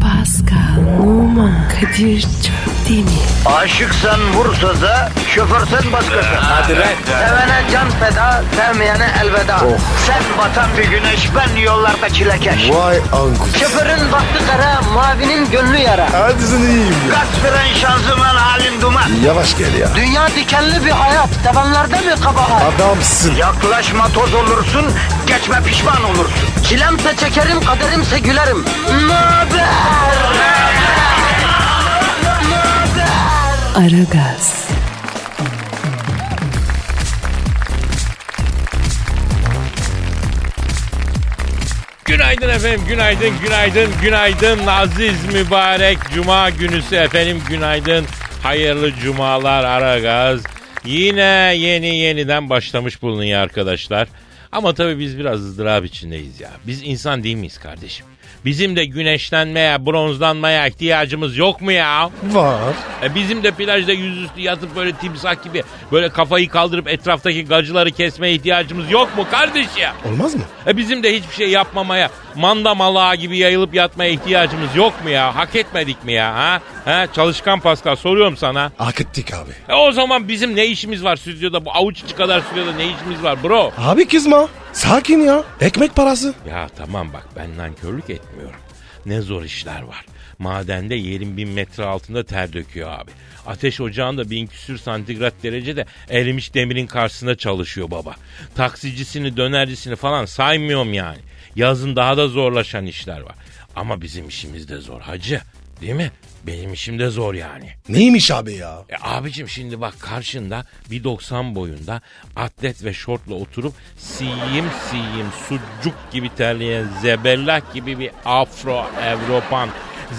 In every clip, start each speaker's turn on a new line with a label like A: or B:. A: Pascal, Oman, Kadir çok değil mi?
B: Aşıksan vursa da şoförsen başkasın.
C: Hadi lan. Oh.
B: Sevene can feda, sevmeyene elveda. Sen batan bir güneş, ben yollarda çilekeş.
D: Vay anku.
B: Şoförün baktı kara, mavinin gönlü yara.
D: Hadi sen iyiyim ya.
B: Kasperen şanzıman halin duman.
D: Yavaş gel ya.
B: Dünya dikenli bir hayat, sevenlerde mi kabahar?
D: Adamsın.
B: Yaklaşma toz olursun, geçme pişman olursun. Çilemse çekerim, kaderimse gülerim. Möber!
A: Aragaz,
C: Günaydın efendim, günaydın, günaydın, günaydın. Aziz mübarek cuma günüsü efendim, günaydın. Hayırlı cumalar Aragaz. Yine yeni yeniden başlamış bulunuyor arkadaşlar. Ama tabii biz biraz ızdırap içindeyiz ya. Biz insan değil miyiz kardeşim? Bizim de güneşlenmeye, bronzlanmaya ihtiyacımız yok mu ya?
D: Var.
C: E bizim de plajda yüzüstü yatıp böyle timsah gibi böyle kafayı kaldırıp etraftaki gacıları kesmeye ihtiyacımız yok mu kardeş ya?
D: Olmaz mı?
C: E bizim de hiçbir şey yapmamaya, manda malağı gibi yayılıp yatmaya ihtiyacımız yok mu ya? Hak etmedik mi ya? Ha? ha? Çalışkan Pascal soruyorum sana.
D: Hak ettik abi.
C: E o zaman bizim ne işimiz var stüdyoda? Bu avuç içi kadar stüdyoda ne işimiz var bro?
D: Abi kızma. Sakin ya. Ekmek parası.
C: Ya tamam bak ben nankörlük etmiyorum. Ne zor işler var. Madende yerin bin metre altında ter döküyor abi. Ateş ocağında bin küsür santigrat derecede erimiş demirin karşısında çalışıyor baba. Taksicisini, dönercisini falan saymıyorum yani. Yazın daha da zorlaşan işler var. Ama bizim işimiz de zor hacı. Değil mi? Benim işim de zor yani.
D: Neymiş abi ya?
C: E abicim şimdi bak karşında 1.90 boyunda atlet ve şortla oturup siyim siyim sucuk gibi terleyen zebellah gibi bir afro Avrupan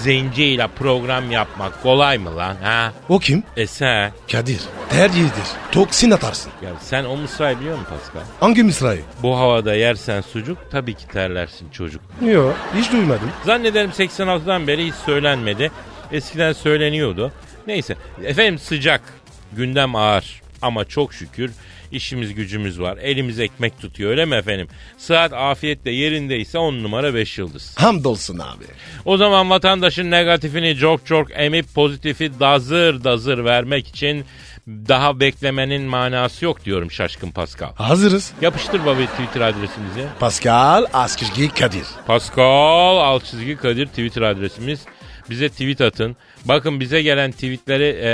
C: zenciyle program yapmak kolay mı lan ha?
D: O kim?
C: E sen?
D: Kadir. Tercihidir. Toksin atarsın.
C: Ya sen o mısrayı biliyor musun Pascal?
D: Hangi misrayı?
C: Bu havada yersen sucuk tabii ki terlersin çocuk.
D: Yok. Hiç duymadım.
C: Zannederim 86'dan beri hiç söylenmedi. Eskiden söyleniyordu. Neyse efendim sıcak, gündem ağır ama çok şükür işimiz gücümüz var. Elimiz ekmek tutuyor öyle mi efendim? Saat afiyetle yerindeyse 10 numara 5 yıldız.
D: Hamdolsun abi.
C: O zaman vatandaşın negatifini çok çok emip pozitifi dazır dazır vermek için daha beklemenin manası yok diyorum şaşkın Pascal.
D: Hazırız.
C: Yapıştır baba Twitter adresimizi.
D: Pascal Askizgi Kadir.
C: Pascal alt çizgi Kadir Twitter adresimiz. Bize tweet atın. Bakın bize gelen tweetleri e,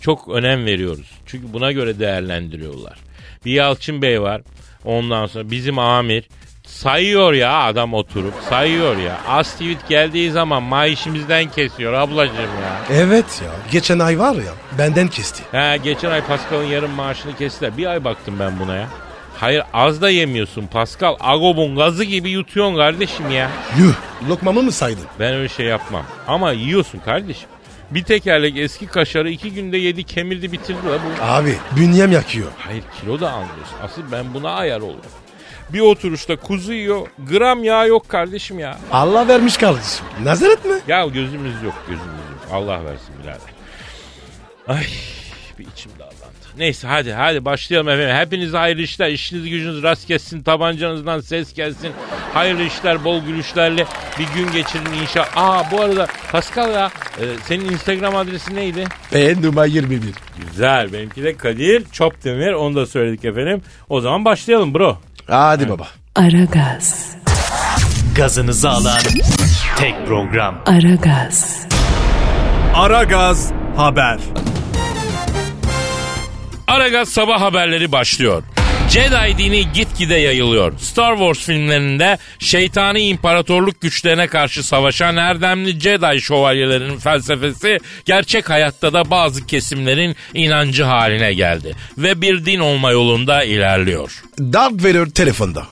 C: çok önem veriyoruz. Çünkü buna göre değerlendiriyorlar. Bir Yalçın Bey var. Ondan sonra bizim amir sayıyor ya adam oturup sayıyor ya. Az tweet geldiği zaman maaşımızdan kesiyor ablacığım ya.
D: Evet ya. Geçen ay var ya benden kesti.
C: Ha, geçen ay Pascal'ın yarım maaşını kestiler. Bir ay baktım ben buna ya. Hayır az da yemiyorsun Pascal. Agob'un gazı gibi yutuyorsun kardeşim ya.
D: Yuh. Lokmamı mı saydın?
C: Ben öyle şey yapmam. Ama yiyorsun kardeşim. Bir tekerlek eski kaşarı iki günde yedi kemirdi bitirdi la bu.
D: Abi bünyem yakıyor.
C: Hayır kilo da almıyorsun. Asıl ben buna ayar oldum. Bir oturuşta kuzu yiyor. Gram yağ yok kardeşim ya.
D: Allah vermiş kardeşim. Nazaret mi?
C: Ya gözümüz yok gözümüz yok. Allah versin birader. Ay bir içim dağlandı. Neyse hadi hadi başlayalım efendim. Hepinize hayırlı işler. İşiniz gücünüz rast gelsin. Tabancanızdan ses gelsin. Hayırlı işler bol gülüşlerle bir gün geçirin inşallah. Aa bu arada Pascal ya e, senin Instagram adresin neydi?
D: P numara 21.
C: Güzel benimki de Kadir Çopdemir onu da söyledik efendim. O zaman başlayalım bro.
D: Hadi baba.
A: Aragaz,
E: gazınızı alan tek program.
A: Aragaz,
E: Aragaz Haber.
C: Aragaz sabah haberleri başlıyor. Jedi dini gitgide yayılıyor. Star Wars filmlerinde şeytani imparatorluk güçlerine karşı savaşan erdemli Jedi şövalyelerinin felsefesi gerçek hayatta da bazı kesimlerin inancı haline geldi ve bir din olma yolunda ilerliyor.
D: Darth Vader telefonda.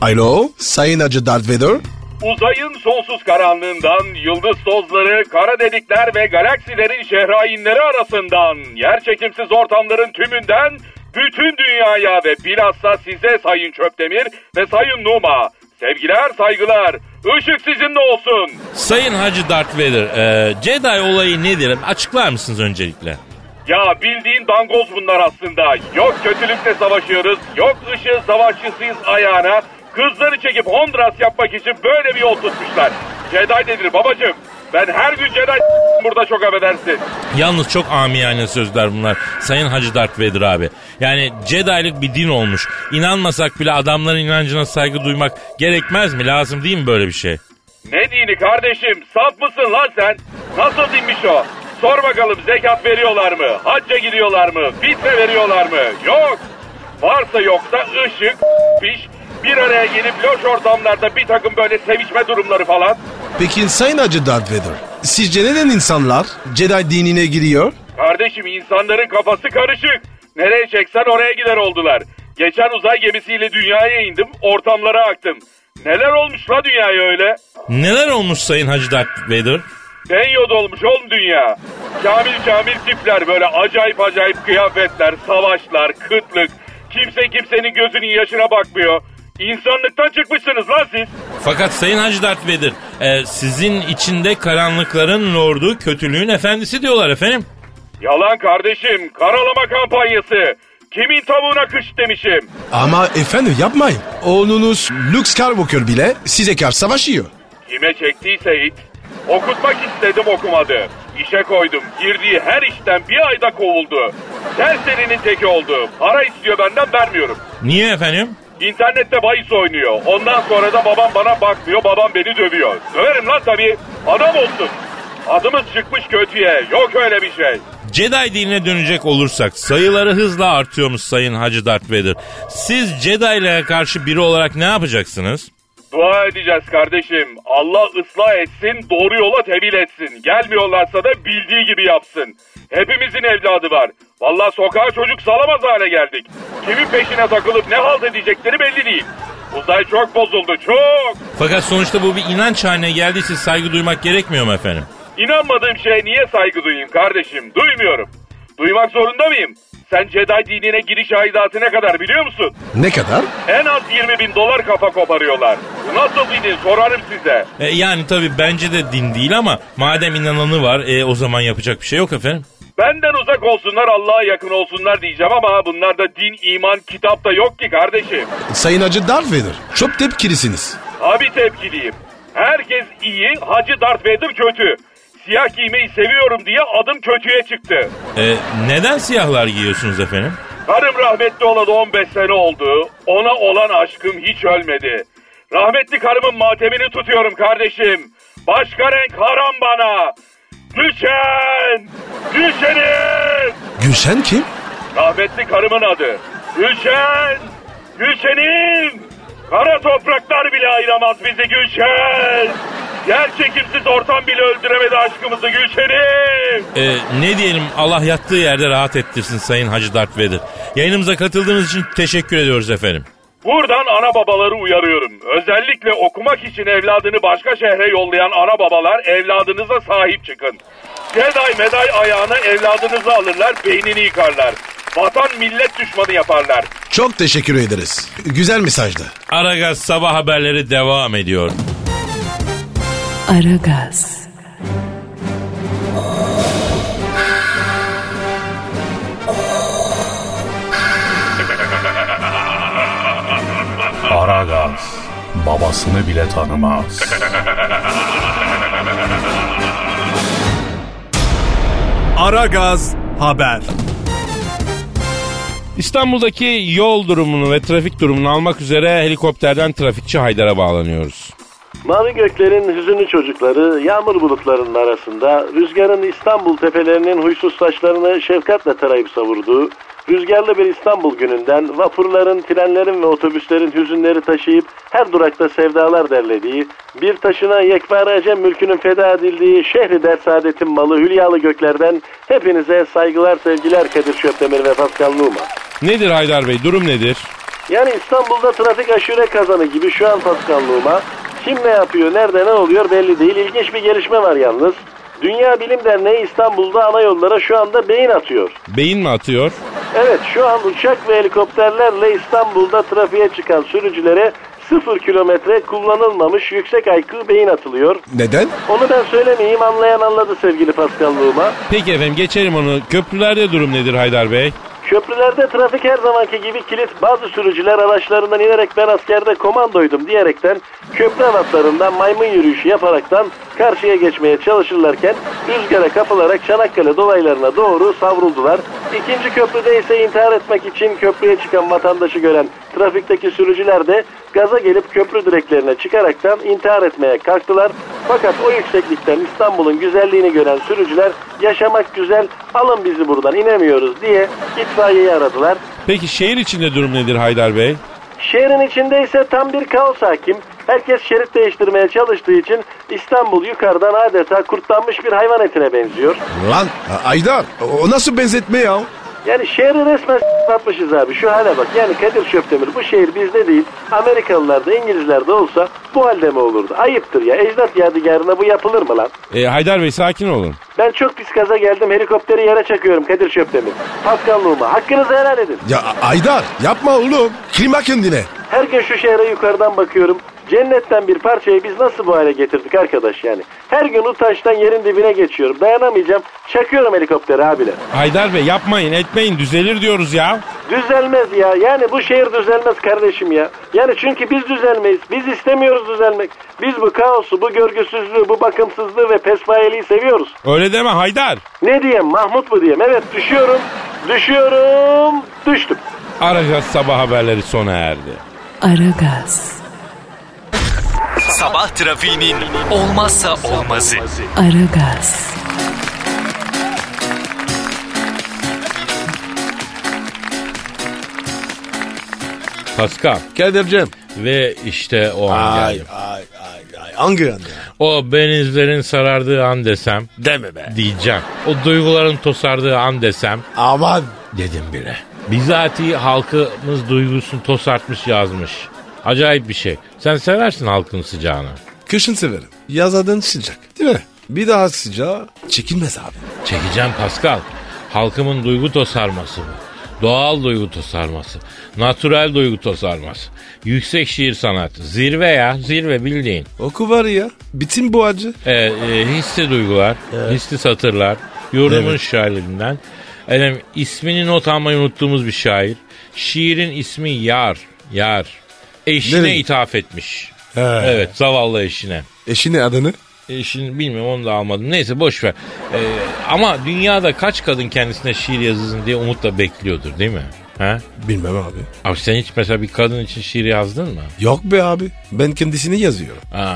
D: Alo, Sayın Hacı Darth Vader.
F: Uzayın sonsuz karanlığından, yıldız tozları, kara delikler ve galaksilerin şehrainleri arasından, yerçekimsiz ortamların tümünden, bütün dünyaya ve bilhassa size Sayın Çöptemir ve Sayın Numa, sevgiler saygılar, ışık sizinle olsun.
C: Sayın Hacı Darth Vader, e, Jedi olayı nedir? Açıklar mısınız öncelikle?
F: Ya bildiğin dangoz bunlar aslında. Yok kötülükle savaşıyoruz, yok ışığı savaşçısıyız ayağına.
G: Kızları çekip Honduras yapmak için böyle bir yol tutmuşlar. Jedi nedir babacığım? Ben her gün Jedi burada çok affedersin.
C: Yalnız çok amiyane sözler bunlar Sayın Hacı Darth Vader abi. Yani Jedi'lik bir din olmuş. İnanmasak bile adamların inancına saygı duymak gerekmez mi? Lazım değil mi böyle bir şey?
G: Ne dini kardeşim? Saf mısın lan sen? Nasıl dinmiş o? Sor bakalım zekat veriyorlar mı? Hacca gidiyorlar mı? Fitre veriyorlar mı? Yok. Varsa yoksa ışık, piş, bir araya gelip loş ortamlarda bir takım böyle sevişme durumları falan.
D: Peki Sayın Hacı Darth Vader. Sizce neden insanlar Jedi dinine giriyor?
G: Kardeşim insanların kafası karışık. Nereye çeksen oraya gider oldular. Geçen uzay gemisiyle dünyaya indim, ortamlara aktım. Neler olmuş la dünyaya öyle?
C: Neler olmuş Sayın Hacı Darth Vader?
G: Denyo dolmuş oğlum dünya. Kamil kamil tipler böyle acayip acayip kıyafetler, savaşlar, kıtlık. Kimse kimsenin gözünün yaşına bakmıyor. İnsanlıktan çıkmışsınız lan siz.
C: Fakat Sayın Hacı Darth Vader e, sizin içinde karanlıkların lordu, kötülüğün efendisi diyorlar efendim.
G: Yalan kardeşim, karalama kampanyası. Kimin tavuğuna kış demişim.
D: Ama efendim yapmayın. Oğlunuz Luke Skywalker bile size karşı savaşıyor.
G: Kime çektiyse it. Okutmak istedim okumadı. İşe koydum. Girdiği her işten bir ayda kovuldu. Serserinin teki oldu. Para istiyor benden vermiyorum.
C: Niye efendim?
G: İnternette bahis oynuyor. Ondan sonra da babam bana bakmıyor, babam beni dövüyor. Döverim lan tabii. Adam olsun. Adımız çıkmış kötüye. Yok öyle bir şey.
C: Jedi dinine dönecek olursak sayıları hızla artıyormuş Sayın Hacı Darth Vader. Siz Jedi'lere karşı biri olarak ne yapacaksınız?
G: Dua edeceğiz kardeşim. Allah ıslah etsin, doğru yola tevil etsin. Gelmiyorlarsa da bildiği gibi yapsın. Hepimizin evladı var. Vallahi sokağa çocuk salamaz hale geldik. Kimin peşine takılıp ne halt edecekleri belli değil. Uzay çok bozuldu, çok.
C: Fakat sonuçta bu bir inanç haline geldiyse saygı duymak gerekmiyor mu efendim?
G: İnanmadığım şeye niye saygı duyayım kardeşim? Duymuyorum. Duymak zorunda mıyım? Sen Jedi dinine giriş aidatı ne kadar biliyor musun?
D: Ne kadar?
G: En az 20 bin dolar kafa koparıyorlar. Bu nasıl bir din sorarım size.
C: E, yani tabii bence de din değil ama madem inananı var e, o zaman yapacak bir şey yok efendim.
G: Benden uzak olsunlar Allah'a yakın olsunlar diyeceğim ama bunlarda din, iman, kitap da yok ki kardeşim.
D: Sayın Hacı Darth Vader. Çok tepkilisiniz.
G: Abi tepkiliyim. Herkes iyi, Hacı Darth Vader kötü. Siyah giymeyi seviyorum diye adım kötüye çıktı.
C: E, neden siyahlar giyiyorsunuz efendim?
G: Karım rahmetli olalı 15 sene oldu. Ona olan aşkım hiç ölmedi. Rahmetli karımın matemini tutuyorum kardeşim. Başka renk haram bana. Gülşen! Gülşen'im!
D: Gülşen kim?
G: Rahmetli karımın adı. Gülşen! Gülşen'im! Kara topraklar bile ayıramaz bizi Gülşen! Yer çekimsiz ortam bile öldüremedi aşkımızı Gülşen'im!
C: E, ne diyelim Allah yattığı yerde rahat ettirsin Sayın Hacı Darth Vader. Yayınımıza katıldığınız için teşekkür ediyoruz efendim.
G: Buradan ana babaları uyarıyorum. Özellikle okumak için evladını başka şehre yollayan ana babalar evladınıza sahip çıkın. Jedi meday ayağına evladınızı alırlar, beynini yıkarlar. Vatan millet düşmanı yaparlar.
D: Çok teşekkür ederiz. Güzel mesajdı.
C: Aragaz sabah haberleri devam ediyor.
A: Aragaz,
H: Aragaz babasını bile tanımaz.
I: Aragaz haber.
C: İstanbul'daki yol durumunu ve trafik durumunu almak üzere helikopterden trafikçi Haydar'a bağlanıyoruz.
J: Mavi göklerin hüzünlü çocukları yağmur bulutlarının arasında rüzgarın İstanbul tepelerinin huysuz saçlarını şefkatle tarayıp savurduğu, rüzgarlı bir İstanbul gününden vapurların, trenlerin ve otobüslerin hüzünleri taşıyıp her durakta sevdalar derlediği, bir taşına yekpare Acem mülkünün feda edildiği şehri der saadetin malı hülyalı göklerden hepinize saygılar sevgiler Kadir Şöpdemir ve Pascal Numa.
C: Nedir Haydar Bey durum nedir?
J: Yani İstanbul'da trafik aşure kazanı gibi şu an paskanlığıma kim ne yapıyor, nerede ne oluyor belli değil. İlginç bir gelişme var yalnız. Dünya Bilim Derneği İstanbul'da ana yollara şu anda beyin atıyor.
C: Beyin mi atıyor?
J: Evet şu an uçak ve helikopterlerle İstanbul'da trafiğe çıkan sürücülere 0 kilometre kullanılmamış yüksek IQ beyin atılıyor.
D: Neden?
J: Onu ben söylemeyeyim anlayan anladı sevgili paskanlığıma.
C: Peki efendim geçelim onu. Köprülerde durum nedir Haydar Bey?
J: Köprülerde trafik her zamanki gibi kilit bazı sürücüler araçlarından inerek ben askerde komandoydum diyerekten köprü anahtarından maymun yürüyüşü yaparaktan karşıya geçmeye çalışırlarken rüzgara kapılarak Çanakkale dolaylarına doğru savruldular. İkinci köprüde ise intihar etmek için köprüye çıkan vatandaşı gören trafikteki sürücüler de gaza gelip köprü direklerine çıkaraktan intihar etmeye kalktılar. Fakat o yükseklikten İstanbul'un güzelliğini gören sürücüler yaşamak güzel alın bizi buradan inemiyoruz diye itfaiyeyi aradılar.
K: Peki şehir içinde durum nedir Haydar Bey?
J: Şehrin içinde ise tam bir kaos hakim. Herkes şerit değiştirmeye çalıştığı için İstanbul yukarıdan adeta kurtlanmış bir hayvan etine benziyor.
D: Lan A- Aydar o nasıl benzetme ya?
J: Yani şehri resmen satmışız abi şu hale bak. Yani Kadir Şöpdemir bu şehir bizde değil Amerikalılar da İngilizler de olsa bu halde mi olurdu? Ayıptır ya ecdat yadigarına bu yapılır mı lan?
K: E, Haydar Bey sakin olun.
J: Ben çok pis kaza geldim helikopteri yere çakıyorum Kadir Şöpdemir. Paskanlığıma hakkınızı helal edin.
D: Ya A- Aydar yapma oğlum. Klima kendine.
J: Her gün şu şehre yukarıdan bakıyorum. Cennetten bir parçayı biz nasıl bu hale getirdik arkadaş yani? Her gün utançtan yerin dibine geçiyorum. Dayanamayacağım. Çakıyorum helikopteri abiler.
K: Haydar Bey yapmayın etmeyin düzelir diyoruz ya.
J: Düzelmez ya. Yani bu şehir düzelmez kardeşim ya. Yani çünkü biz düzelmeyiz. Biz istemiyoruz düzelmek. Biz bu kaosu, bu görgüsüzlüğü, bu bakımsızlığı ve pesmayeliği seviyoruz.
K: Öyle deme Haydar.
J: Ne diyeyim Mahmut mu diyeyim? Evet düşüyorum. Düşüyorum. Düştüm.
K: Aragaz sabah haberleri sona erdi.
A: Aragaz,
L: Sabah trafiğinin olmazsa olmazı.
A: Aragaz,
C: Pascal
D: Kadir'cim.
C: ve işte o an geldi.
D: ay ay ay. Hangi yönde?
C: O benizlerin sarardığı an desem
D: Deme be.
C: diyeceğim. O duyguların tosardığı an desem
D: Aman.
C: dedim bile. Bizatihi halkımız duygusunu tosartmış yazmış. Acayip bir şey. Sen seversin halkın sıcağını.
D: Kışın severim. Yaz adın sıcak değil mi? Bir daha sıcağı çekilmez abi.
C: Çekeceğim Pascal. Halkımın duygu tosarması bu. Doğal duygu tosarması. Natürel duygu tosarması. Yüksek şiir sanatı. Zirve ya zirve bildiğin.
D: Oku var ya. Bütün bu acı.
C: Ee, e, hissi duygular, hissi satırlar. Yorumun şairlerinden. Efendim, ismini not almayı unuttuğumuz bir şair. Şiirin ismi Yar. Yar. Eşine
D: Nereye?
C: ithaf etmiş.
D: He.
C: Evet zavallı eşine.
D: Eşinin adını?
C: E, şimdi bilmiyorum onu da almadım. Neyse boş ver. E, ama dünyada kaç kadın kendisine şiir yazılsın diye umutla bekliyordur değil mi? Ha?
D: Bilmem abi.
C: Abi sen hiç mesela bir kadın için şiir yazdın mı?
D: Yok be abi. Ben kendisini yazıyorum.
C: Aa,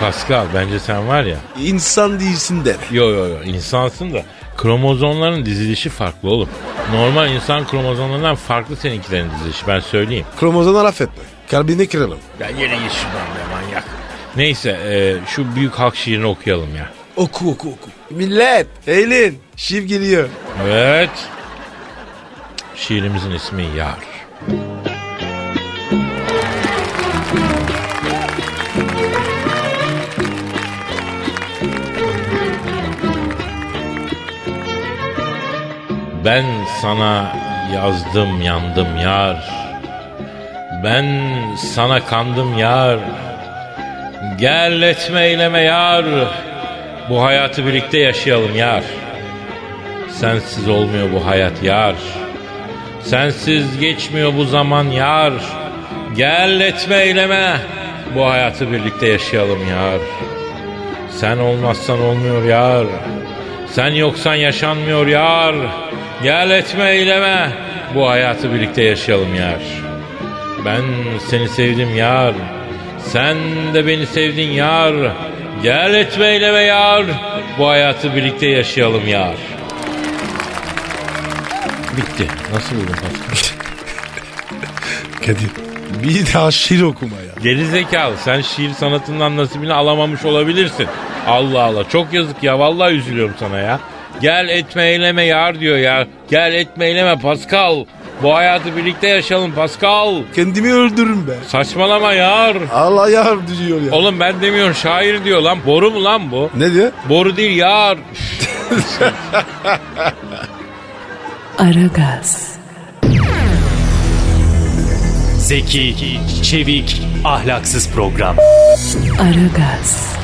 C: Pascal bence sen var ya.
D: İnsan değilsin deme.
C: Yo yo yo insansın da kromozomların dizilişi farklı oğlum. Normal insan kromozomlarından farklı seninkilerin dizilişi ben söyleyeyim.
D: Kromozona laf etme. Kalbini kıralım.
C: Ya yere git şuradan be manyak. Neyse e, şu büyük halk şiirini okuyalım ya.
D: Oku oku oku. Millet. Eğlen. Şiir geliyor.
C: Evet. Şiirimizin ismi Yar. Ben sana yazdım yandım yar. Ben sana kandım yar. Gel etme eyleme yar. Bu hayatı birlikte yaşayalım yar. Sensiz olmuyor bu hayat yar. Sensiz geçmiyor bu zaman yar. Gel etme eyleme. Bu hayatı birlikte yaşayalım yar. Sen olmazsan olmuyor yar. Sen yoksan yaşanmıyor yar. Gel etme eyleme. Bu hayatı birlikte yaşayalım yar. Ben seni sevdim yar. Sen de beni sevdin yar. Gel etme eyleme yar. Bu hayatı birlikte yaşayalım yar. Bitti. Nasıl buldun Pascal?
D: Kadir. Bir daha şiir okuma ya.
C: Gerizekalı sen şiir sanatından nasibini alamamış olabilirsin. Allah Allah çok yazık ya vallahi üzülüyorum sana ya. Gel etme eyleme yar diyor ya. Gel etme eyleme Pascal. Bu hayatı birlikte yaşayalım Pascal.
D: Kendimi öldürürüm be.
C: Saçmalama yar.
D: Allah yar diyor ya.
C: Oğlum ben demiyorum şair diyor lan. Boru mu lan bu?
D: Ne diyor?
C: Boru değil yar.
A: Aragaz,
L: Zeki, çevik, ahlaksız program.
A: Aragaz,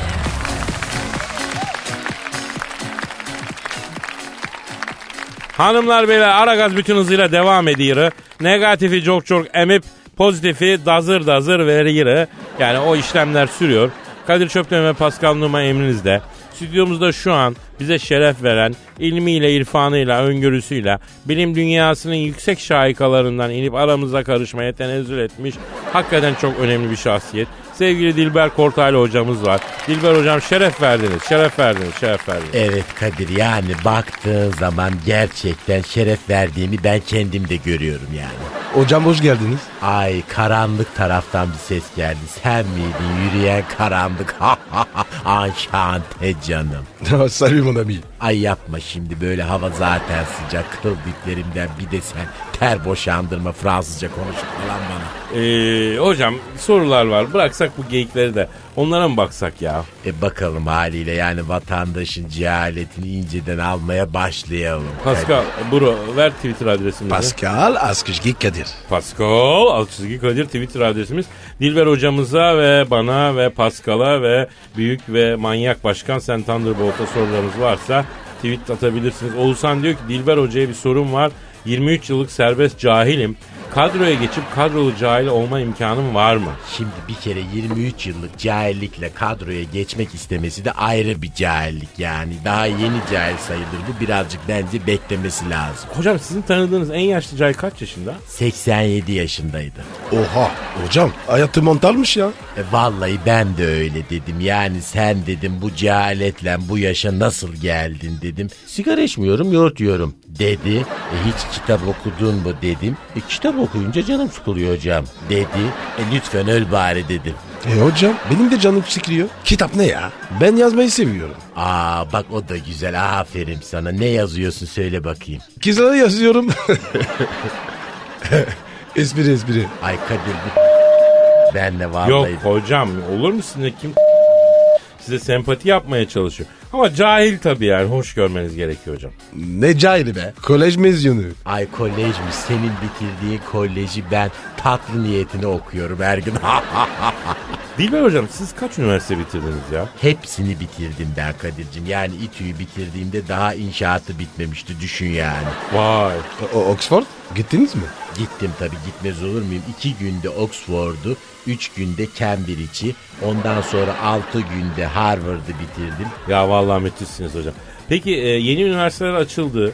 C: Hanımlar beyler Aragaz bütün hızıyla devam ediyor. Negatifi çok çok emip pozitifi dazır dazır veriyor. Yani o işlemler sürüyor. Kadir Çöpten ve Pascal Numa emrinizde. Stüdyomuzda şu an bize şeref veren ilmiyle, irfanıyla, öngörüsüyle bilim dünyasının yüksek şahikalarından inip aramıza karışmaya tenezzül etmiş hakikaten çok önemli bir şahsiyet. Sevgili Dilber Kortaylı hocamız var. Dilber hocam şeref verdiniz, şeref verdiniz, şeref verdiniz.
L: Evet Kadir yani baktığın zaman gerçekten şeref verdiğimi ben kendim de görüyorum yani.
D: Hocam hoş geldiniz.
L: Ay karanlık taraftan bir ses geldi. Sen miydin yürüyen karanlık? Anşante canım.
D: Salut mon ami.
L: Ay yapma şimdi böyle hava zaten sıcak. Kıl diplerimden bir de sen ter boşandırma Fransızca konuşup falan bana.
C: Ee, hocam sorular var. Bıraksak bu geyikleri de onlara mı baksak ya?
L: E bakalım haliyle yani vatandaşın cehaletini inceden almaya başlayalım.
C: Pascal, bro ver Twitter adresimizi.
D: Pascal Askışgi Kadir.
C: Pascal alt çizgi Kadir Twitter adresimiz. Dilber hocamıza ve bana ve Pascal'a ve büyük ve manyak başkan Sen Thunderbolt'a sorularınız varsa tweet atabilirsiniz. Oğuzhan diyor ki Dilber hocaya bir sorum var. 23 yıllık serbest cahilim. Kadroya geçip kadrolu cahil olma imkanım var mı?
L: Şimdi bir kere 23 yıllık cahillikle kadroya geçmek istemesi de ayrı bir cahillik yani. Daha yeni cahil sayılır bu birazcık bence beklemesi lazım.
C: Hocam sizin tanıdığınız en yaşlı cahil kaç yaşında?
L: 87 yaşındaydı.
D: Oha hocam hayatı mantarmış ya.
L: E, vallahi ben de öyle dedim. Yani sen dedim bu cehaletle bu yaşa nasıl geldin dedim. Sigara içmiyorum, yoğurt yiyorum dedi. E, hiç kitap okudun mu dedim. E, kitap okuyunca canım sıkılıyor hocam dedi. E, lütfen öl bari dedim.
D: E hocam benim de canım sıkılıyor. Kitap ne ya? Ben yazmayı seviyorum.
L: Aa bak o da güzel aferin sana. Ne yazıyorsun söyle bakayım.
D: Kızlara yazıyorum. espri espri.
L: Ay Kadir bu- ben de vallahi.
C: Yok hocam olur mu sizinle kim size sempati yapmaya çalışıyor. Ama cahil tabii yani hoş görmeniz gerekiyor hocam.
D: Ne cahili be. Kolej mezyonu.
L: Ay kolej mi? Senin bitirdiğin koleji ben tatlı niyetine okuyorum her gün.
C: Dilber hocam siz kaç üniversite bitirdiniz ya?
L: Hepsini bitirdim ben Kadir'cim. Yani İTÜ'yü bitirdiğimde daha inşaatı bitmemişti düşün yani.
C: Vay.
D: O- Oxford gittiniz mi?
L: Gittim tabii gitmez olur muyum? İki günde Oxford'u, üç günde Cambridge'i, ondan sonra altı günde Harvard'ı bitirdim.
C: Ya vallahi müthişsiniz hocam. Peki e, yeni üniversiteler açıldı.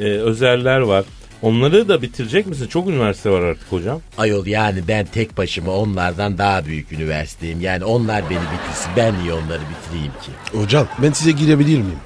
C: E, özeller var. Onları da bitirecek misin? Çok üniversite var artık hocam.
L: Ayol yani ben tek başıma onlardan daha büyük üniversiteyim. Yani onlar beni bitirsin ben niye onları bitireyim ki?
D: Hocam ben size girebilir miyim?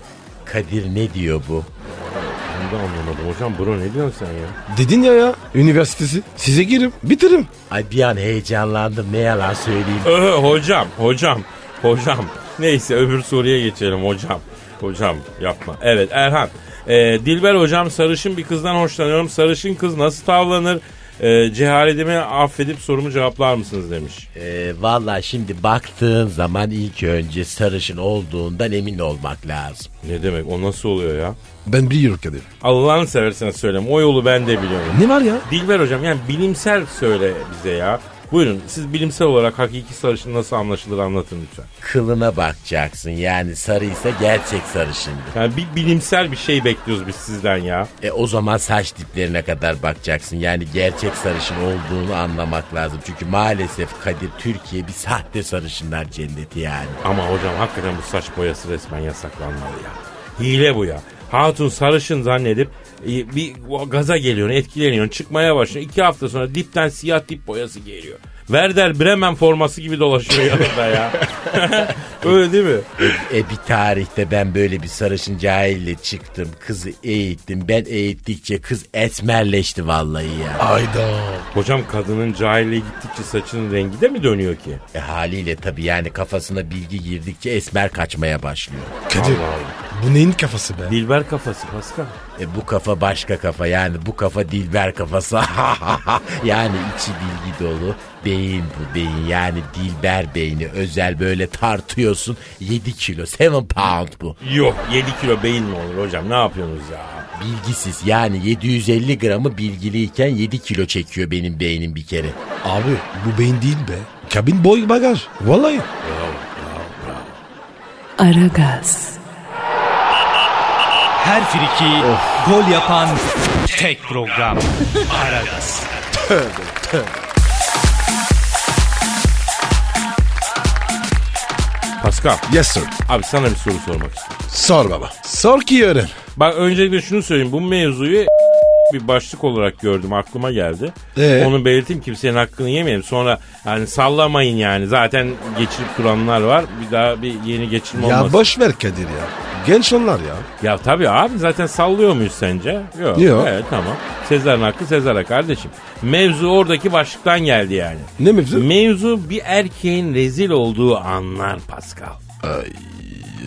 L: Kadir ne diyor bu?
C: Ben de anlamadım hocam. Bro ne diyorsun sen ya?
D: Dedin ya ya üniversitesi. Size girim bitiririm.
L: Ay bir an heyecanlandım ne yalan söyleyeyim.
C: Ö, hocam, hocam, hocam. Neyse öbür soruya geçelim hocam. Hocam yapma. Evet Erhan. E, Dilber hocam sarışın bir kızdan hoşlanıyorum. Sarışın kız nasıl tavlanır? E, cehaletimi affedip sorumu cevaplar mısınız demiş.
L: Ee, Valla şimdi baktığın zaman ilk önce sarışın olduğundan emin olmak lazım.
C: E, Ne demek o nasıl oluyor ya?
D: Ben biliyorum Kadir.
C: Allah'ını seversen söyleme. O yolu ben de biliyorum.
D: Ne var ya?
C: Dilber hocam yani bilimsel söyle bize ya. Buyurun siz bilimsel olarak hakiki sarışın nasıl anlaşılır anlatın lütfen.
L: Kılına bakacaksın yani sarıysa gerçek sarışındır.
C: Yani bir bilimsel bir şey bekliyoruz biz sizden ya.
L: E o zaman saç diplerine kadar bakacaksın. Yani gerçek sarışın olduğunu anlamak lazım. Çünkü maalesef Kadir Türkiye bir sahte sarışınlar cenneti yani.
C: Ama hocam hakikaten bu saç boyası resmen yasaklanmalı ya. Hile bu ya. Hatun sarışın zannedip e, bir gaza geliyorsun, etkileniyorsun, çıkmaya başlıyorsun. İki hafta sonra dipten siyah dip boyası geliyor. Werder Bremen forması gibi dolaşıyor yanında ya. Öyle değil mi?
L: E bir tarihte ben böyle bir sarışın cahille çıktım. Kızı eğittim. Ben eğittikçe kız esmerleşti vallahi ya.
D: Ayda.
C: Hocam kadının cahilliğe gittikçe saçının rengi de mi dönüyor ki?
L: E haliyle tabii yani kafasına bilgi girdikçe esmer kaçmaya başlıyor.
D: Kadir
C: Allah Allah.
D: bu neyin kafası be?
C: Dilber kafası Pascal.
L: E bu kafa başka kafa yani bu kafa Dilber kafası. yani içi bilgi dolu. Beyin bu beyin yani Dilber beyni özel böyle tartıyorsun 7 kilo 7 pound bu.
C: Yok 7 kilo beyin mi olur hocam ne yapıyorsunuz ya?
L: Bilgisiz yani 750 gramı bilgiliyken 7 kilo çekiyor benim beynim bir kere.
D: Abi bu beyin değil be. Kabin boy bagaj. Vallahi.
A: Aragaz.
E: her friki gol yapan tek program. Aragaz.
C: Pascal.
D: Yes sir.
C: Abi sana bir soru sormak istiyorum.
D: Sor baba. Sor ki öğren.
C: Bak öncelikle şunu söyleyeyim. Bu mevzuyu bir başlık olarak gördüm aklıma geldi.
D: Ee?
C: Onu belirteyim kimsenin hakkını yemeyelim. Sonra yani sallamayın yani. Zaten geçirip duranlar var. Bir daha bir yeni geçirme
D: Ya
C: olmasın.
D: boş ver Kadir ya. Genç onlar ya.
C: Ya tabii abi zaten sallıyor muyuz sence? Yok.
D: Yok.
C: Evet tamam. Sezar'ın hakkı Sezar'a kardeşim. Mevzu oradaki başlıktan geldi yani.
D: Ne mevzu?
C: Mevzu bir erkeğin rezil olduğu anlar Pascal.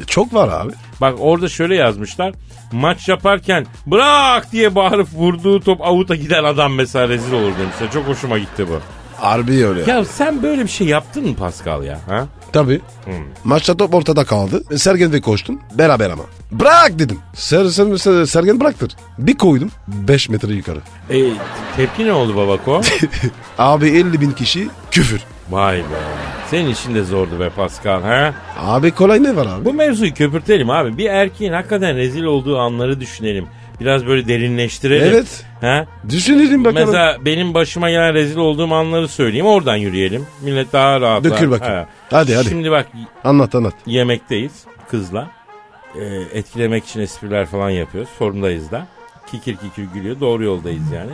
D: Çok var abi.
C: Bak orada şöyle yazmışlar. Maç yaparken bırak diye bağırıp vurduğu top avuta giden adam mesela rezil olur demişler. Çok hoşuma gitti bu.
D: Harbi öyle.
C: Ya sen böyle bir şey yaptın mı Pascal ya? Ha?
D: Tabii.
C: Hmm.
D: Maçta top ortada kaldı. Sergen ve koştum. Beraber ama. Bırak dedim. Ser, ser, ser- Sergen bıraktır. Bir koydum. 5 metre yukarı.
C: E, tepki ne oldu babako?
D: Abi 50 bin kişi küfür.
C: Vay be. Senin işin de zordu be Pascal ha?
D: Abi kolay ne var abi?
C: Bu mevzuyu köpürtelim abi. Bir erkeğin hakikaten rezil olduğu anları düşünelim. Biraz böyle derinleştirelim.
D: Evet.
C: Ha?
D: Düşünelim bakalım.
C: Mesela benim başıma gelen rezil olduğum anları söyleyeyim. Oradan yürüyelim. Millet daha rahat.
D: Dökül bakayım. Hadi, hadi.
C: Şimdi bak
D: Anlat anlat.
C: yemekteyiz kızla. Ee, etkilemek için espriler falan yapıyoruz. Formdayız da. Kikir kikir gülüyor. Doğru yoldayız yani.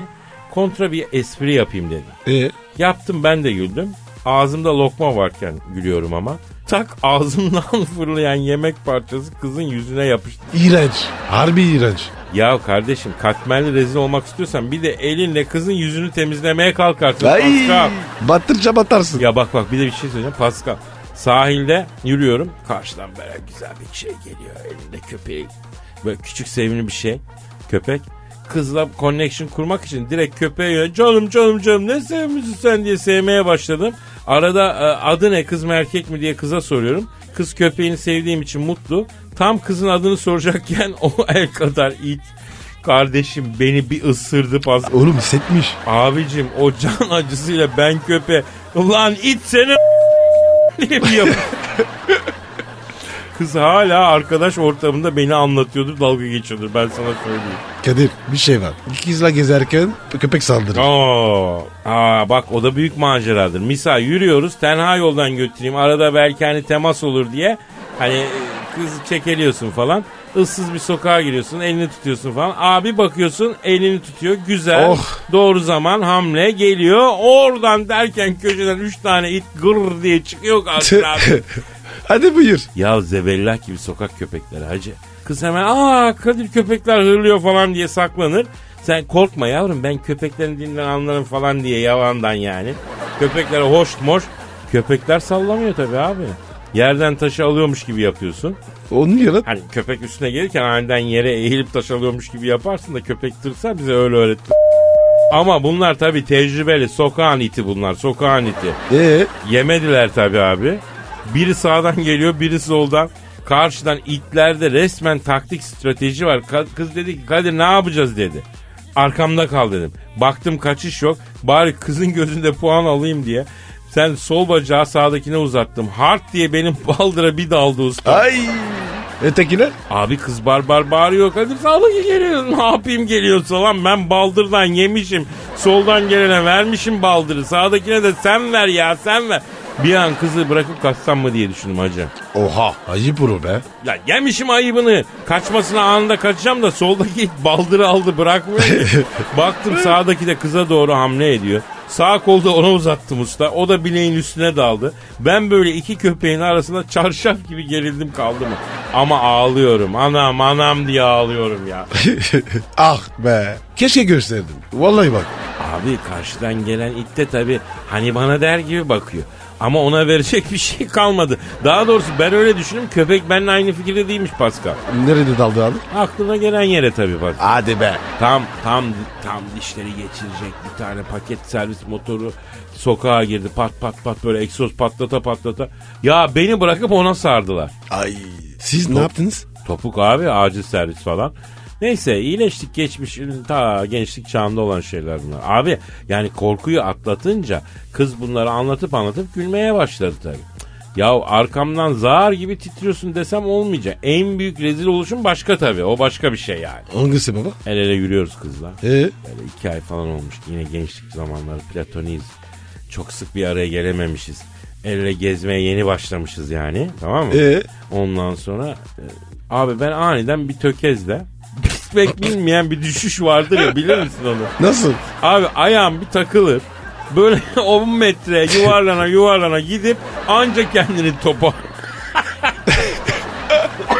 C: Kontra bir espri yapayım dedim.
D: Ee?
C: Yaptım ben de güldüm. Ağzımda lokma varken gülüyorum ama. Tak ağzımdan fırlayan yemek parçası kızın yüzüne yapıştı.
D: İğrenç. Harbi iğrenç.
C: Ya kardeşim katmerli rezil olmak istiyorsan bir de elinle kızın yüzünü temizlemeye kalkarsın.
D: Ay,
C: Pascal.
D: battıkça batarsın.
C: Ya bak bak bir de bir şey söyleyeceğim. Pascal sahilde yürüyorum. Karşıdan böyle güzel bir şey geliyor. Elinde köpeği. Böyle küçük sevimli bir şey. Köpek. Kızla connection kurmak için direkt köpeğe yönelik canım canım canım ne sevmişsin sen diye sevmeye başladım. Arada e, adı ne kız mı erkek mi diye kıza soruyorum. Kız köpeğini sevdiğim için mutlu. Tam kızın adını soracakken o el kadar it kardeşim beni bir ısırdı pas.
D: Oğlum hissetmiş.
C: Abicim o can acısıyla ben köpe ulan it seni diye bir yap- Kız hala arkadaş ortamında beni anlatıyordur dalga geçiyordur ben sana söyleyeyim.
D: Kadir bir şey var. Kızla gezerken köpek saldırır.
C: Oo. Aa, bak o da büyük maceradır. Misal yürüyoruz tenha yoldan götüreyim arada belki hani temas olur diye hani e, kızı çekeliyorsun falan. Issız bir sokağa giriyorsun elini tutuyorsun falan. Abi bakıyorsun elini tutuyor güzel
D: Oh.
C: doğru zaman hamle geliyor. Oradan derken köşeden 3 tane it gır diye çıkıyor karşı abi.
D: Hadi buyur.
C: Ya zebellah gibi sokak köpekleri hacı. Kız hemen aa Kadir köpekler hırlıyor falan diye saklanır. Sen korkma yavrum ben köpeklerin dilinden anlarım falan diye yalandan yani. Köpeklere hoş moş. Köpekler sallamıyor tabii abi. Yerden taşı alıyormuş gibi yapıyorsun.
D: Onu yarat.
C: Hani köpek üstüne gelirken aniden yere eğilip taş alıyormuş gibi yaparsın da köpek tırsa bize öyle öğretti. Ama bunlar tabii tecrübeli. Sokağın iti bunlar. Sokağın iti.
D: Ee?
C: Yemediler tabii abi. Biri sağdan geliyor, biri soldan. Karşıdan itlerde resmen taktik strateji var. Ka- Kız dedi ki Kadir ne yapacağız dedi. Arkamda kal dedim. Baktım kaçış yok. Bari kızın gözünde puan alayım diye. Sen sol bacağı sağdakine uzattım. Hart diye benim baldıra bir daldı usta.
D: Ay. Ötekiler?
C: Abi kız barbar bağırıyor Kadir sağdaki geliyor. Ne yapayım geliyorsa lan ben baldırdan yemişim. Soldan gelene vermişim baldırı. Sağdakine de sen ver ya sen ver. Bir an kızı bırakıp kaçsam mı diye düşündüm hacı.
D: Oha. Ayıp bunu be.
C: Ya yemişim ayıbını. Kaçmasına anında kaçacağım da soldaki baldırı aldı bırakmıyor. ki. Baktım sağdaki de kıza doğru hamle ediyor. Sağ kolda ona uzattım usta. O da bileğin üstüne daldı. Ben böyle iki köpeğin arasında çarşaf gibi gerildim kaldım. Ama ağlıyorum. Anam anam diye ağlıyorum ya.
D: ah be. Keşke gösterdim. Vallahi bak.
C: Abi karşıdan gelen it de tabii hani bana der gibi bakıyor. Ama ona verecek bir şey kalmadı. Daha doğrusu ben öyle düşündüm. Köpek benimle aynı fikirde değilmiş Pascal.
D: Nerede daldı abi?
C: Aklına gelen yere tabii Pascal.
D: Hadi be.
C: Tam tam tam dişleri geçirecek bir tane paket servis motoru sokağa girdi pat pat pat böyle egzoz patlata patlata. Ya beni bırakıp ona sardılar.
D: Ay. Siz ne yaptınız?
C: Topuk abi acil servis falan. Neyse iyileştik geçmiş ta gençlik çağında olan şeyler bunlar. Abi yani korkuyu atlatınca kız bunları anlatıp anlatıp gülmeye başladı tabii. Ya arkamdan zar gibi titriyorsun desem olmayacak. En büyük rezil oluşum başka tabii. O başka bir şey yani.
D: Hangisi baba?
C: El ele yürüyoruz kızla.
D: Ee?
C: Böyle iki ay falan olmuş. Yine gençlik zamanları platoniyiz. Çok sık bir araya gelememişiz. El ele gezmeye yeni başlamışız yani. Tamam mı?
D: Ee?
C: Ondan sonra e, abi ben aniden bir tökezle pek bilmeyen bir düşüş vardır ya bilir misin onu?
D: Nasıl?
C: Abi ayağım bir takılır. Böyle 10 metre yuvarlana yuvarlana gidip ancak kendini topa.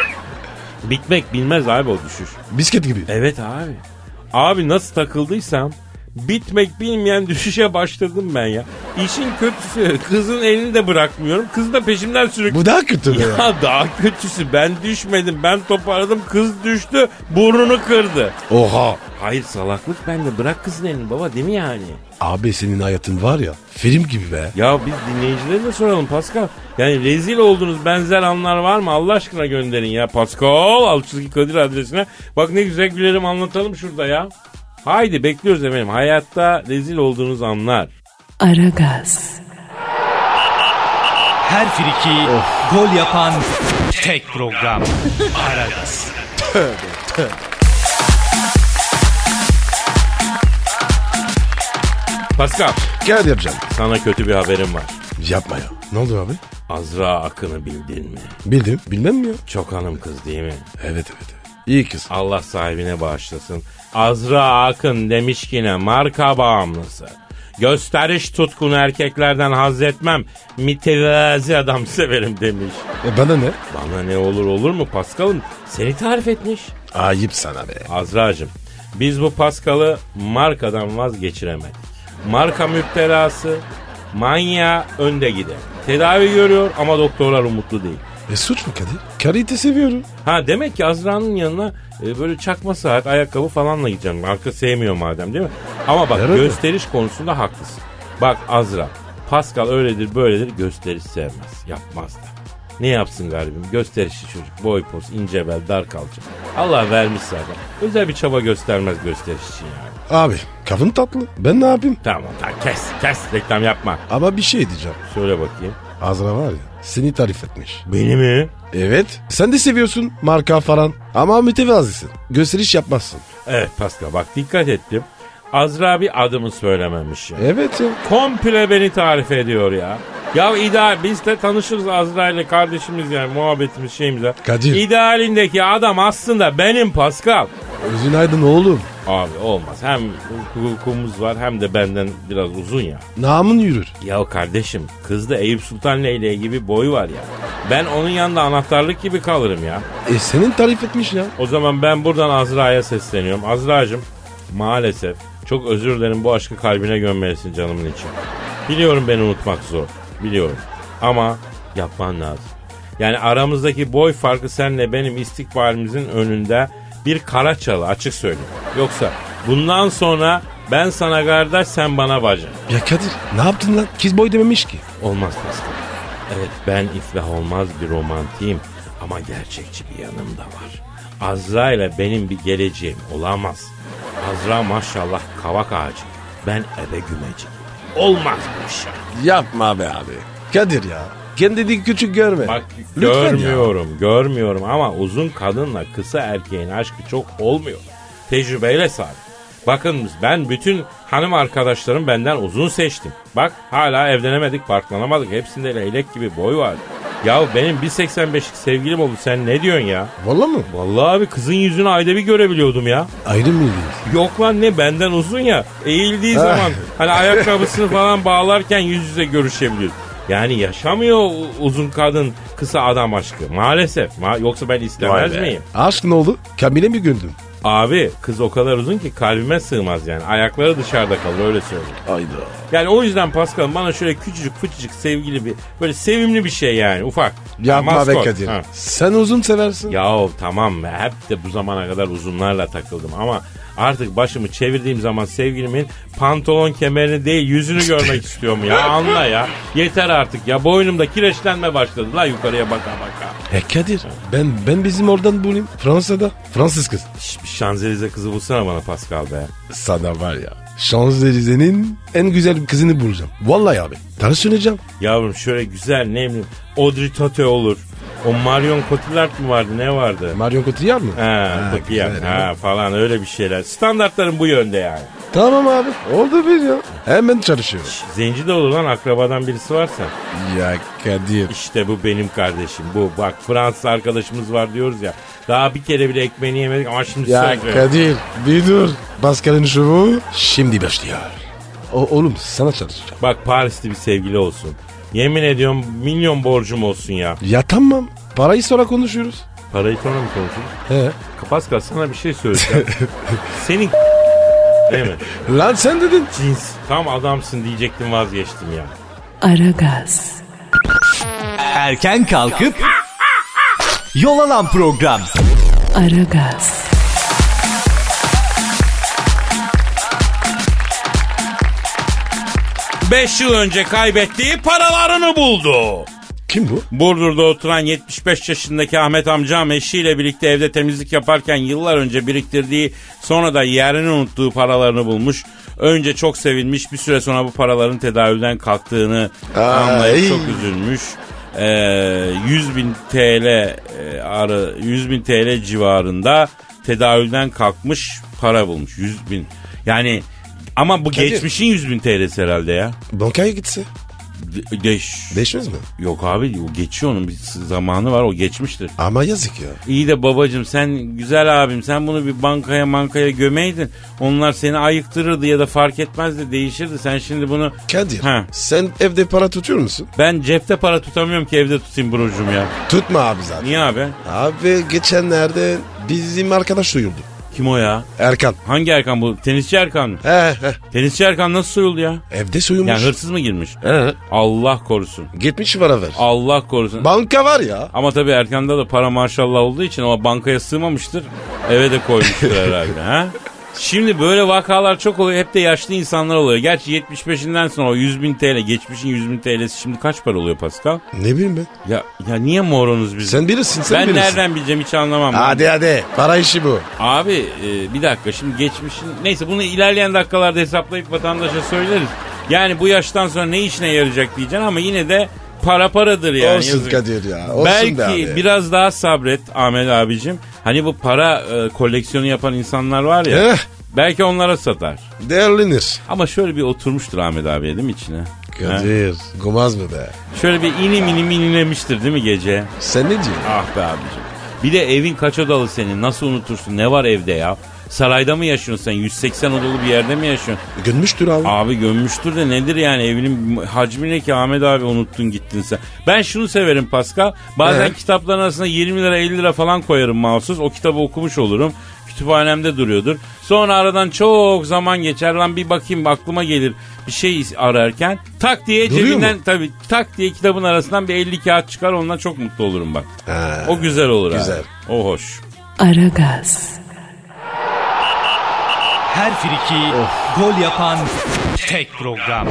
C: Bitmek bilmez abi o düşüş.
D: Bisket gibi.
C: Evet abi. Abi nasıl takıldıysam bitmek bilmeyen düşüşe başladım ben ya. İşin kötüsü kızın elini de bırakmıyorum. Kız da peşimden sürekli
D: Bu daha kötü be.
C: ya daha kötüsü ben düşmedim ben toparladım kız düştü burnunu kırdı.
D: Oha.
C: Hayır salaklık bende bırak kızın elini baba değil mi yani?
D: Abi senin hayatın var ya film gibi be.
C: Ya biz dinleyicilere de soralım Pascal. Yani rezil olduğunuz benzer anlar var mı Allah aşkına gönderin ya Pascal Alçızki Kadir adresine. Bak ne güzel gülerim anlatalım şurada ya. Haydi bekliyoruz efendim hayatta rezil olduğunuz anlar.
A: Aragaz,
E: Her friki gol yapan tek program. Aragaz.
C: Pascal
D: Gel yapacağım.
C: sana kötü bir haberim var.
D: Yapma ya. Ne oldu abi?
C: Azra Akın'ı bildin mi?
D: Bildim. Bilmem mi ya?
C: Çok hanım kız değil mi?
D: Evet evet. evet. İyi kız.
C: Allah sahibine bağışlasın. Azra Akın demiş ki ne marka bağımlısı. Gösteriş tutkunu erkeklerden haz etmem. Mütevazi adam severim demiş.
D: E bana ne?
C: Bana ne olur olur mu Paskal'ım? Seni tarif etmiş.
D: Ayıp sana be.
C: Azra'cığım biz bu Paskal'ı markadan vazgeçiremedik. Marka müptelası, manya önde gider. Tedavi görüyor ama doktorlar umutlu değil.
D: E suç mu Kadir? Karite seviyorum.
C: Ha demek ki Azra'nın yanına e, böyle çakma saat, ayakkabı falanla gideceğim. Marka sevmiyor madem değil mi? Ama bak
D: Herhalde.
C: gösteriş konusunda haklısın. Bak Azra, Pascal öyledir böyledir gösteriş sevmez. Yapmaz da. Ne yapsın garibim? Gösterişli çocuk. Boy pos, ince bel, dar kalça. Allah vermiş zaten. Özel bir çaba göstermez gösteriş için yani.
D: Abi kafın tatlı. Ben ne yapayım?
C: Tamam tamam kes kes reklam yapma.
D: Ama bir şey diyeceğim.
C: Söyle bakayım.
D: Azra var ya seni tarif etmiş.
C: Beni mi?
D: Evet. Sen de seviyorsun marka falan. Ama mütevazisin. Gösteriş yapmazsın.
C: Evet Pascal bak dikkat ettim. Azra bir adımı söylememiş. ya.
D: Evet ya.
C: komple beni tarif ediyor ya. Ya ideal biz de tanışırız Azrail'le kardeşimiz yani muhabbetimiz şeyimiz.
D: Kadir.
C: İdealindeki adam aslında benim Pascal.
D: Özün aydın oğlum.
C: Abi olmaz. Hem hukukumuz var hem de benden biraz uzun ya.
D: Namın yürür.
C: Ya kardeşim kızda Eyüp Sultan Leyleği gibi boyu var ya. Ben onun yanında anahtarlık gibi kalırım ya.
D: E senin tarif etmiş ya.
C: O zaman ben buradan Azra'ya sesleniyorum. Azra'cığım maalesef çok özür dilerim bu aşkı kalbine gömmelisin canımın için. Biliyorum beni unutmak zor. Biliyorum. Ama yapman lazım. Yani aramızdaki boy farkı senle benim istikbalimizin önünde bir kara çalı açık söyleyeyim. Yoksa bundan sonra ben sana kardeş sen bana bacı.
D: Ya Kadir ne yaptın lan? Kiz boy dememiş ki.
C: Olmaz Pascal. Evet ben iflah olmaz bir romantiyim ama gerçekçi bir yanım da var. Azra ile benim bir geleceğim olamaz. Azra maşallah kavak ağacı. Ben ebe gümeci. Olmaz bu iş. ya.
D: Yapma be abi. Kadir ya. Kendini küçük görme.
C: Bak
D: Lütfen ya.
C: görmüyorum görmüyorum ama uzun kadınla kısa erkeğin aşkı çok olmuyor. Tecrübeyle sahip. Bakın ben bütün hanım arkadaşlarım benden uzun seçtim. Bak hala evlenemedik parklanamadık hepsinde leylek gibi boy vardı. Ya benim 1.85'lik sevgilim oldu sen ne diyorsun ya?
D: Valla mı?
C: Vallahi abi kızın yüzünü ayda bir görebiliyordum ya.
D: Ayrı mıydı?
C: Yok lan ne benden uzun ya. Eğildiği zaman hani ayakkabısını falan bağlarken yüz yüze görüşebiliyoruz. Yani yaşamıyor u- uzun kadın kısa adam aşkı maalesef. Ma- Yoksa ben istemez miyim?
D: Aşk ne oldu? Kabine mi gömdün?
C: Abi kız o kadar uzun ki kalbime sığmaz yani. Ayakları dışarıda kalır öyle söyleyeyim.
D: Hayda.
C: Yani o yüzden Pascal bana şöyle küçücük fıçıcık sevgili bir böyle sevimli bir şey yani ufak.
D: Yapma
C: Maskot.
D: be Kadir.
C: Ha.
D: Sen uzun seversin.
C: Yahu tamam be, hep de bu zamana kadar uzunlarla takıldım ama artık başımı çevirdiğim zaman sevgilimin pantolon kemerini değil yüzünü görmek istiyorum ya anla ya. Yeter artık ya boynumda kireçlenme başladı la yukarıya baka baka.
D: E Kadir ben ben bizim oradan bulayım. Fransa'da. Fransız kız.
C: Şş, bir şanzelize kızı bulsana bana Pascal be.
D: Sana var ya. Şanzelize'nin en güzel kızını bulacağım. Vallahi abi. Tanrı söyleyeceğim.
C: Yavrum şöyle güzel ne bileyim Audrey Tote olur. O Marion Cotillard mı vardı ne vardı?
D: Marion Cotillard mı?
C: Ha, Cotillard,
D: güzel,
C: ha falan öyle bir şeyler. Standartların bu yönde yani.
D: Tamam abi. Oldu bir ya. Hemen çalışıyorum.
C: Zenci de olur lan akrabadan birisi varsa.
D: Ya Kadir.
C: İşte bu benim kardeşim bu. Bak Fransız arkadaşımız var diyoruz ya. Daha bir kere bile ekmeğini yemedik ama şimdi
D: Ya
C: söz veriyorum.
D: Kadir. Bir dur. Pascal'ın şovu şimdi başlıyor. O, oğlum sana çalışacağım.
C: Bak Paris'te bir sevgili olsun. Yemin ediyorum milyon borcum olsun ya.
D: Ya tamam. Parayı sonra konuşuyoruz.
C: Parayı sonra mı konuşuruz?
D: He.
C: Pascal sana bir şey söyleyeceğim. Senin değil mi?
D: Lan sen dedin.
C: Cins. Tam adamsın diyecektim vazgeçtim ya.
A: Aragaz,
E: Erken kalkıp yol alan program.
A: Aragaz,
C: Beş yıl önce kaybettiği paralarını buldu.
D: Kim bu?
C: Burdur'da oturan 75 yaşındaki Ahmet amcam eşiyle birlikte evde temizlik yaparken yıllar önce biriktirdiği sonra da yerini unuttuğu paralarını bulmuş. Önce çok sevinmiş bir süre sonra bu paraların tedavülden kalktığını
D: Ay.
C: anlayıp çok üzülmüş. Ee, 100 bin TL e, arı 100 bin TL civarında tedavülden kalkmış para bulmuş 100 bin. Yani ama bu geçmişin 100 bin TL'si herhalde ya.
D: Bankaya gitse.
C: De- deş-
D: Değişmez mi?
C: Yok abi o geçiyor onun bir zamanı var o geçmiştir.
D: Ama yazık ya.
C: İyi de babacım sen güzel abim sen bunu bir bankaya mankaya gömeydin. Onlar seni ayıktırırdı ya da fark etmezdi değişirdi. Sen şimdi bunu
D: Kadir.
C: Ha.
D: Sen evde para tutuyor musun?
C: ben cepte para tutamıyorum ki evde tutayım brocum ya.
D: Tutma abi zaten.
C: Niye abi?
D: Abi geçenlerde bizim arkadaş duyuldu.
C: Kim o ya?
D: Erkan.
C: Hangi Erkan bu? Tenisçi Erkan mı?
D: He he.
C: Tenisçi Erkan nasıl soyuldu ya?
D: Evde soyulmuş.
C: Yani hırsız mı girmiş?
D: He.
C: Allah korusun.
D: Gitmiş para ver.
C: Allah korusun.
D: Banka var ya.
C: Ama tabii Erkan'da da para maşallah olduğu için ama bankaya sığmamıştır. Eve de koymuştur herhalde. ha? Şimdi böyle vakalar çok oluyor. Hep de yaşlı insanlar oluyor. Gerçi 75'inden sonra o 100 bin TL, geçmişin 100 bin TL'si şimdi kaç para oluyor Pascal?
D: Ne bileyim ben.
C: Ya, ya niye moronuz biz?
D: Sen bilirsin sen
C: ben
D: bilirsin.
C: nereden bileceğim hiç anlamam.
D: Hadi hadi. Para işi bu.
C: Abi e, bir dakika şimdi geçmişin... Neyse bunu ilerleyen dakikalarda hesaplayıp vatandaşa söyleriz. Yani bu yaştan sonra ne işine yarayacak diyeceksin ama yine de para paradır yani.
D: Olsun
C: yazık.
D: Kadir ya, olsun
C: Belki
D: be abi.
C: biraz daha sabret Ahmet abicim. Hani bu para e, koleksiyonu yapan insanlar var ya.
D: Eh.
C: Belki onlara satar.
D: Değerlenir.
C: Ama şöyle bir oturmuştur Ahmet abi değil mi içine? Ha?
D: Kadir. Gumaz mı be?
C: Şöyle bir inim inim inilemiştir değil mi gece?
D: Sen ne diyorsun?
C: Ah be abicim. Bir de evin kaç odalı senin? Nasıl unutursun? Ne var evde ya? Sarayda mı yaşıyorsun sen? 180 odalı bir yerde mi yaşıyorsun?
D: Gönmüştür abi.
C: Abi gömmüştür de nedir yani evinin hacmi ne ki Ahmet abi unuttun gittin sen. Ben şunu severim Pascal. Bazen
D: He.
C: kitapların arasında 20 lira 50 lira falan koyarım mahsus. O kitabı okumuş olurum. Kütüphanemde duruyordur. Sonra aradan çok zaman geçer lan bir bakayım aklıma gelir bir şey ararken tak diye
D: Duruyor
C: cebinden
D: mu?
C: tabii tak diye kitabın arasından bir 50 kağıt çıkar ondan çok mutlu olurum bak.
D: Ha,
C: O güzel olur
D: güzel.
C: abi. O hoş.
A: Aragaz,
E: Her friki gol yapan tek program.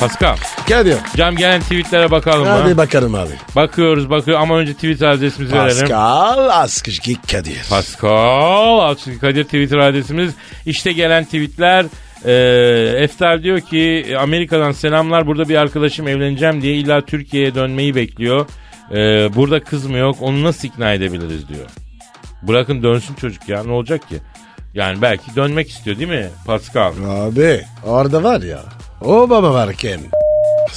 C: Pascal.
D: Kadir.
C: Cam gelen tweetlere bakalım. ha.
D: Hadi bakalım abi.
C: Bakıyoruz bakıyor ama önce tweet adresimizi verelim.
D: Pascal Askışki Kadir.
C: Pascal Askışki Kadir Twitter adresimiz. İşte gelen tweetler. Ee, Eftar diyor ki Amerika'dan selamlar burada bir arkadaşım evleneceğim diye illa Türkiye'ye dönmeyi bekliyor. Ee, burada kız mı yok onu nasıl ikna edebiliriz diyor. Bırakın dönsün çocuk ya ne olacak ki? Yani belki dönmek istiyor değil mi Pascal?
D: Abi orada var ya. O baba varken.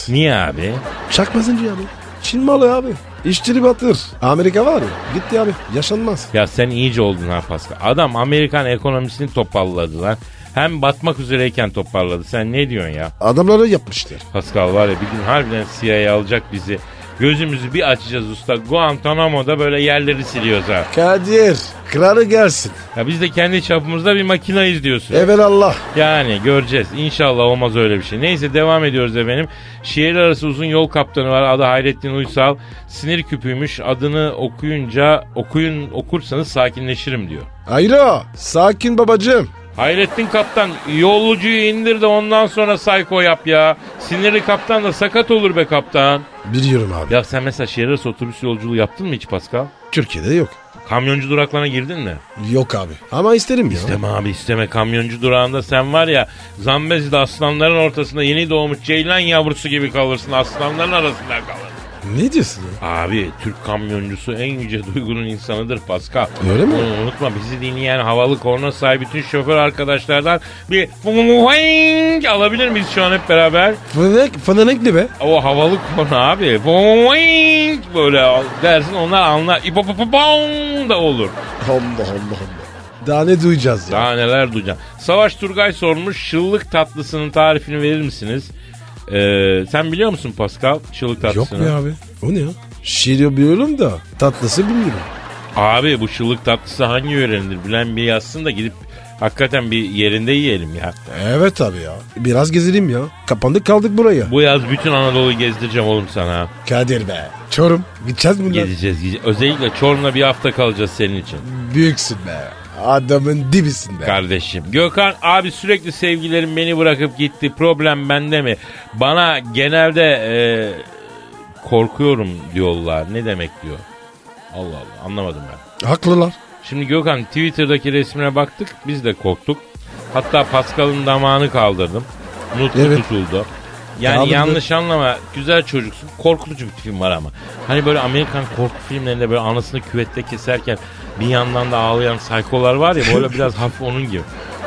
C: Niye abi?
D: Çakmazıncı abi. Çin malı abi. İşçili batır. Amerika var ya. Gitti abi. Yaşanmaz.
C: Ya sen iyice oldun ha Pascal. Adam Amerikan ekonomisini toparladı lan. Hem batmak üzereyken toparladı. Sen ne diyorsun ya?
D: Adamları yapmışlar.
C: Pascal var ya bir gün harbiden CIA alacak bizi. Gözümüzü bir açacağız usta. Guantanamo'da böyle yerleri siliyoruz ha.
D: Kadir. Kralı gelsin.
C: Ya biz de kendi çapımızda bir makinayız diyorsun.
D: Evelallah.
C: Yani göreceğiz. İnşallah olmaz öyle bir şey. Neyse devam ediyoruz efendim. Şehir arası uzun yol kaptanı var. Adı Hayrettin Uysal. Sinir küpüymüş. Adını okuyunca okuyun okursanız sakinleşirim diyor.
D: Hayro. Sakin babacığım.
C: Hayrettin kaptan yolcuyu indir de ondan sonra sayko yap ya. Sinirli kaptan da sakat olur be kaptan.
D: Biliyorum abi.
C: Ya sen mesela şehir arası otobüs yolculuğu yaptın mı hiç Pascal?
D: Türkiye'de yok.
C: Kamyoncu duraklarına girdin mi?
D: Yok abi. Ama isterim ya.
C: İsteme abi isteme. Kamyoncu durağında sen var ya Zambezi'de aslanların ortasında yeni doğmuş ceylan yavrusu gibi kalırsın. Aslanların arasında kalırsın.
D: Ne diyorsun ya?
C: Abi Türk kamyoncusu en yüce duygunun insanıdır Pascal.
D: Öyle mi?
C: Bunu unutma bizi dinleyen havalı korna sahibi bütün şoför arkadaşlardan bir vuvuvuing alabilir miyiz şu an hep beraber?
D: Fananek, fananekli be.
C: O havalı korna abi. Vuvuvuing böyle dersin onlar anlar. İpopopopong da olur.
D: Allah Allah Allah. Daha ne duyacağız ya?
C: Daha neler duyacağım. Savaş Turgay sormuş şıllık tatlısının tarifini verir misiniz? Ee, sen biliyor musun Pascal şıllık
D: Yok
C: tatlısını?
D: be abi. O ne ya? Şiir biliyorum da tatlısı bilmiyorum.
C: Abi bu şıllık tatlısı hangi yörendir bilen bir yazsın da gidip hakikaten bir yerinde yiyelim ya.
D: Evet abi ya. Biraz gezelim ya. Kapandık kaldık buraya.
C: Bu yaz bütün Anadolu'yu gezdireceğim oğlum sana.
D: Kadir be. Çorum. Gideceğiz bunlar.
C: Gezeceğiz, gezeceğiz. Özellikle Çorum'da bir hafta kalacağız senin için.
D: Büyüksün be. Adamın dibisin be.
C: Kardeşim. Gökhan abi sürekli sevgilerim beni bırakıp gitti. Problem bende mi? Bana genelde e, korkuyorum diyorlar. Ne demek diyor. Allah Allah anlamadım ben.
D: Haklılar.
C: Şimdi Gökhan Twitter'daki resmine baktık biz de korktuk. Hatta Pascal'ın damağını kaldırdım. Mutlu
D: Evet.
C: tutuldu. Yani
D: Kaldırdı.
C: yanlış anlama güzel çocuksun. Korkutucu bir film var ama. Hani böyle Amerikan korku filmlerinde böyle anasını küvette keserken bir yandan da ağlayan saykolar var ya böyle biraz hafif onun gibi.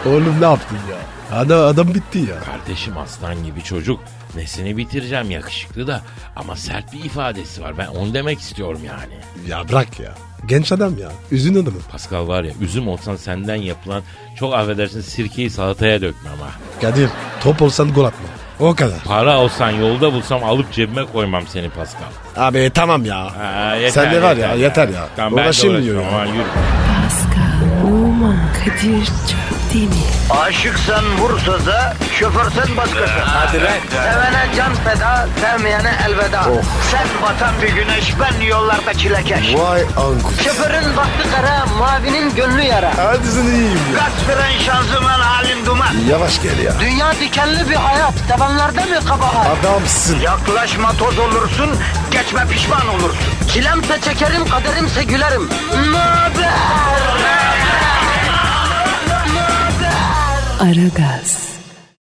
D: Oğlum ne yaptın ya? Adam, adam bitti ya.
C: Kardeşim aslan gibi çocuk. Nesini bitireceğim yakışıklı da ama sert bir ifadesi var. Ben onu demek istiyorum yani.
D: Ya bırak ya. Genç adam ya. Üzün adamı.
C: Pascal var ya üzüm olsan senden yapılan çok affedersin sirkeyi salataya dökmem ha.
D: Kadir top olsan gol atma. O kadar.
C: Para olsan yolda bulsam alıp cebime koymam seni Pascal.
D: Abi tamam ya.
C: Ha, yeter,
D: Sen de var ya, yeter ya.
C: Tamam, ben de
D: Uğraşayım
C: uğraşmam.
D: diyor ya.
C: Ha, yürü.
A: Pascal, Oman, Kadir çok değil mi?
B: Aşıksan vursa da şoförsen başkasın. Ee, Hadi lan. Oh. Sevene can feda, sevmeyene elveda. Sen batan bir güneş, ben yollarda çilekeş.
D: Vay anku.
B: Şoförün baktı kara, mavinin gönlü yara.
D: Hadi sen iyiyim ya.
B: Kasperen şanzıman halin duman.
D: Yavaş gel ya.
B: Dünya dikenli bir hayat, sevenlerde mi kabahar?
D: Adamsın.
B: Yaklaşma toz olursun, geçme pişman olursun. Çilemse çekerim, kaderimse gülerim. Möber!
A: Aragaz.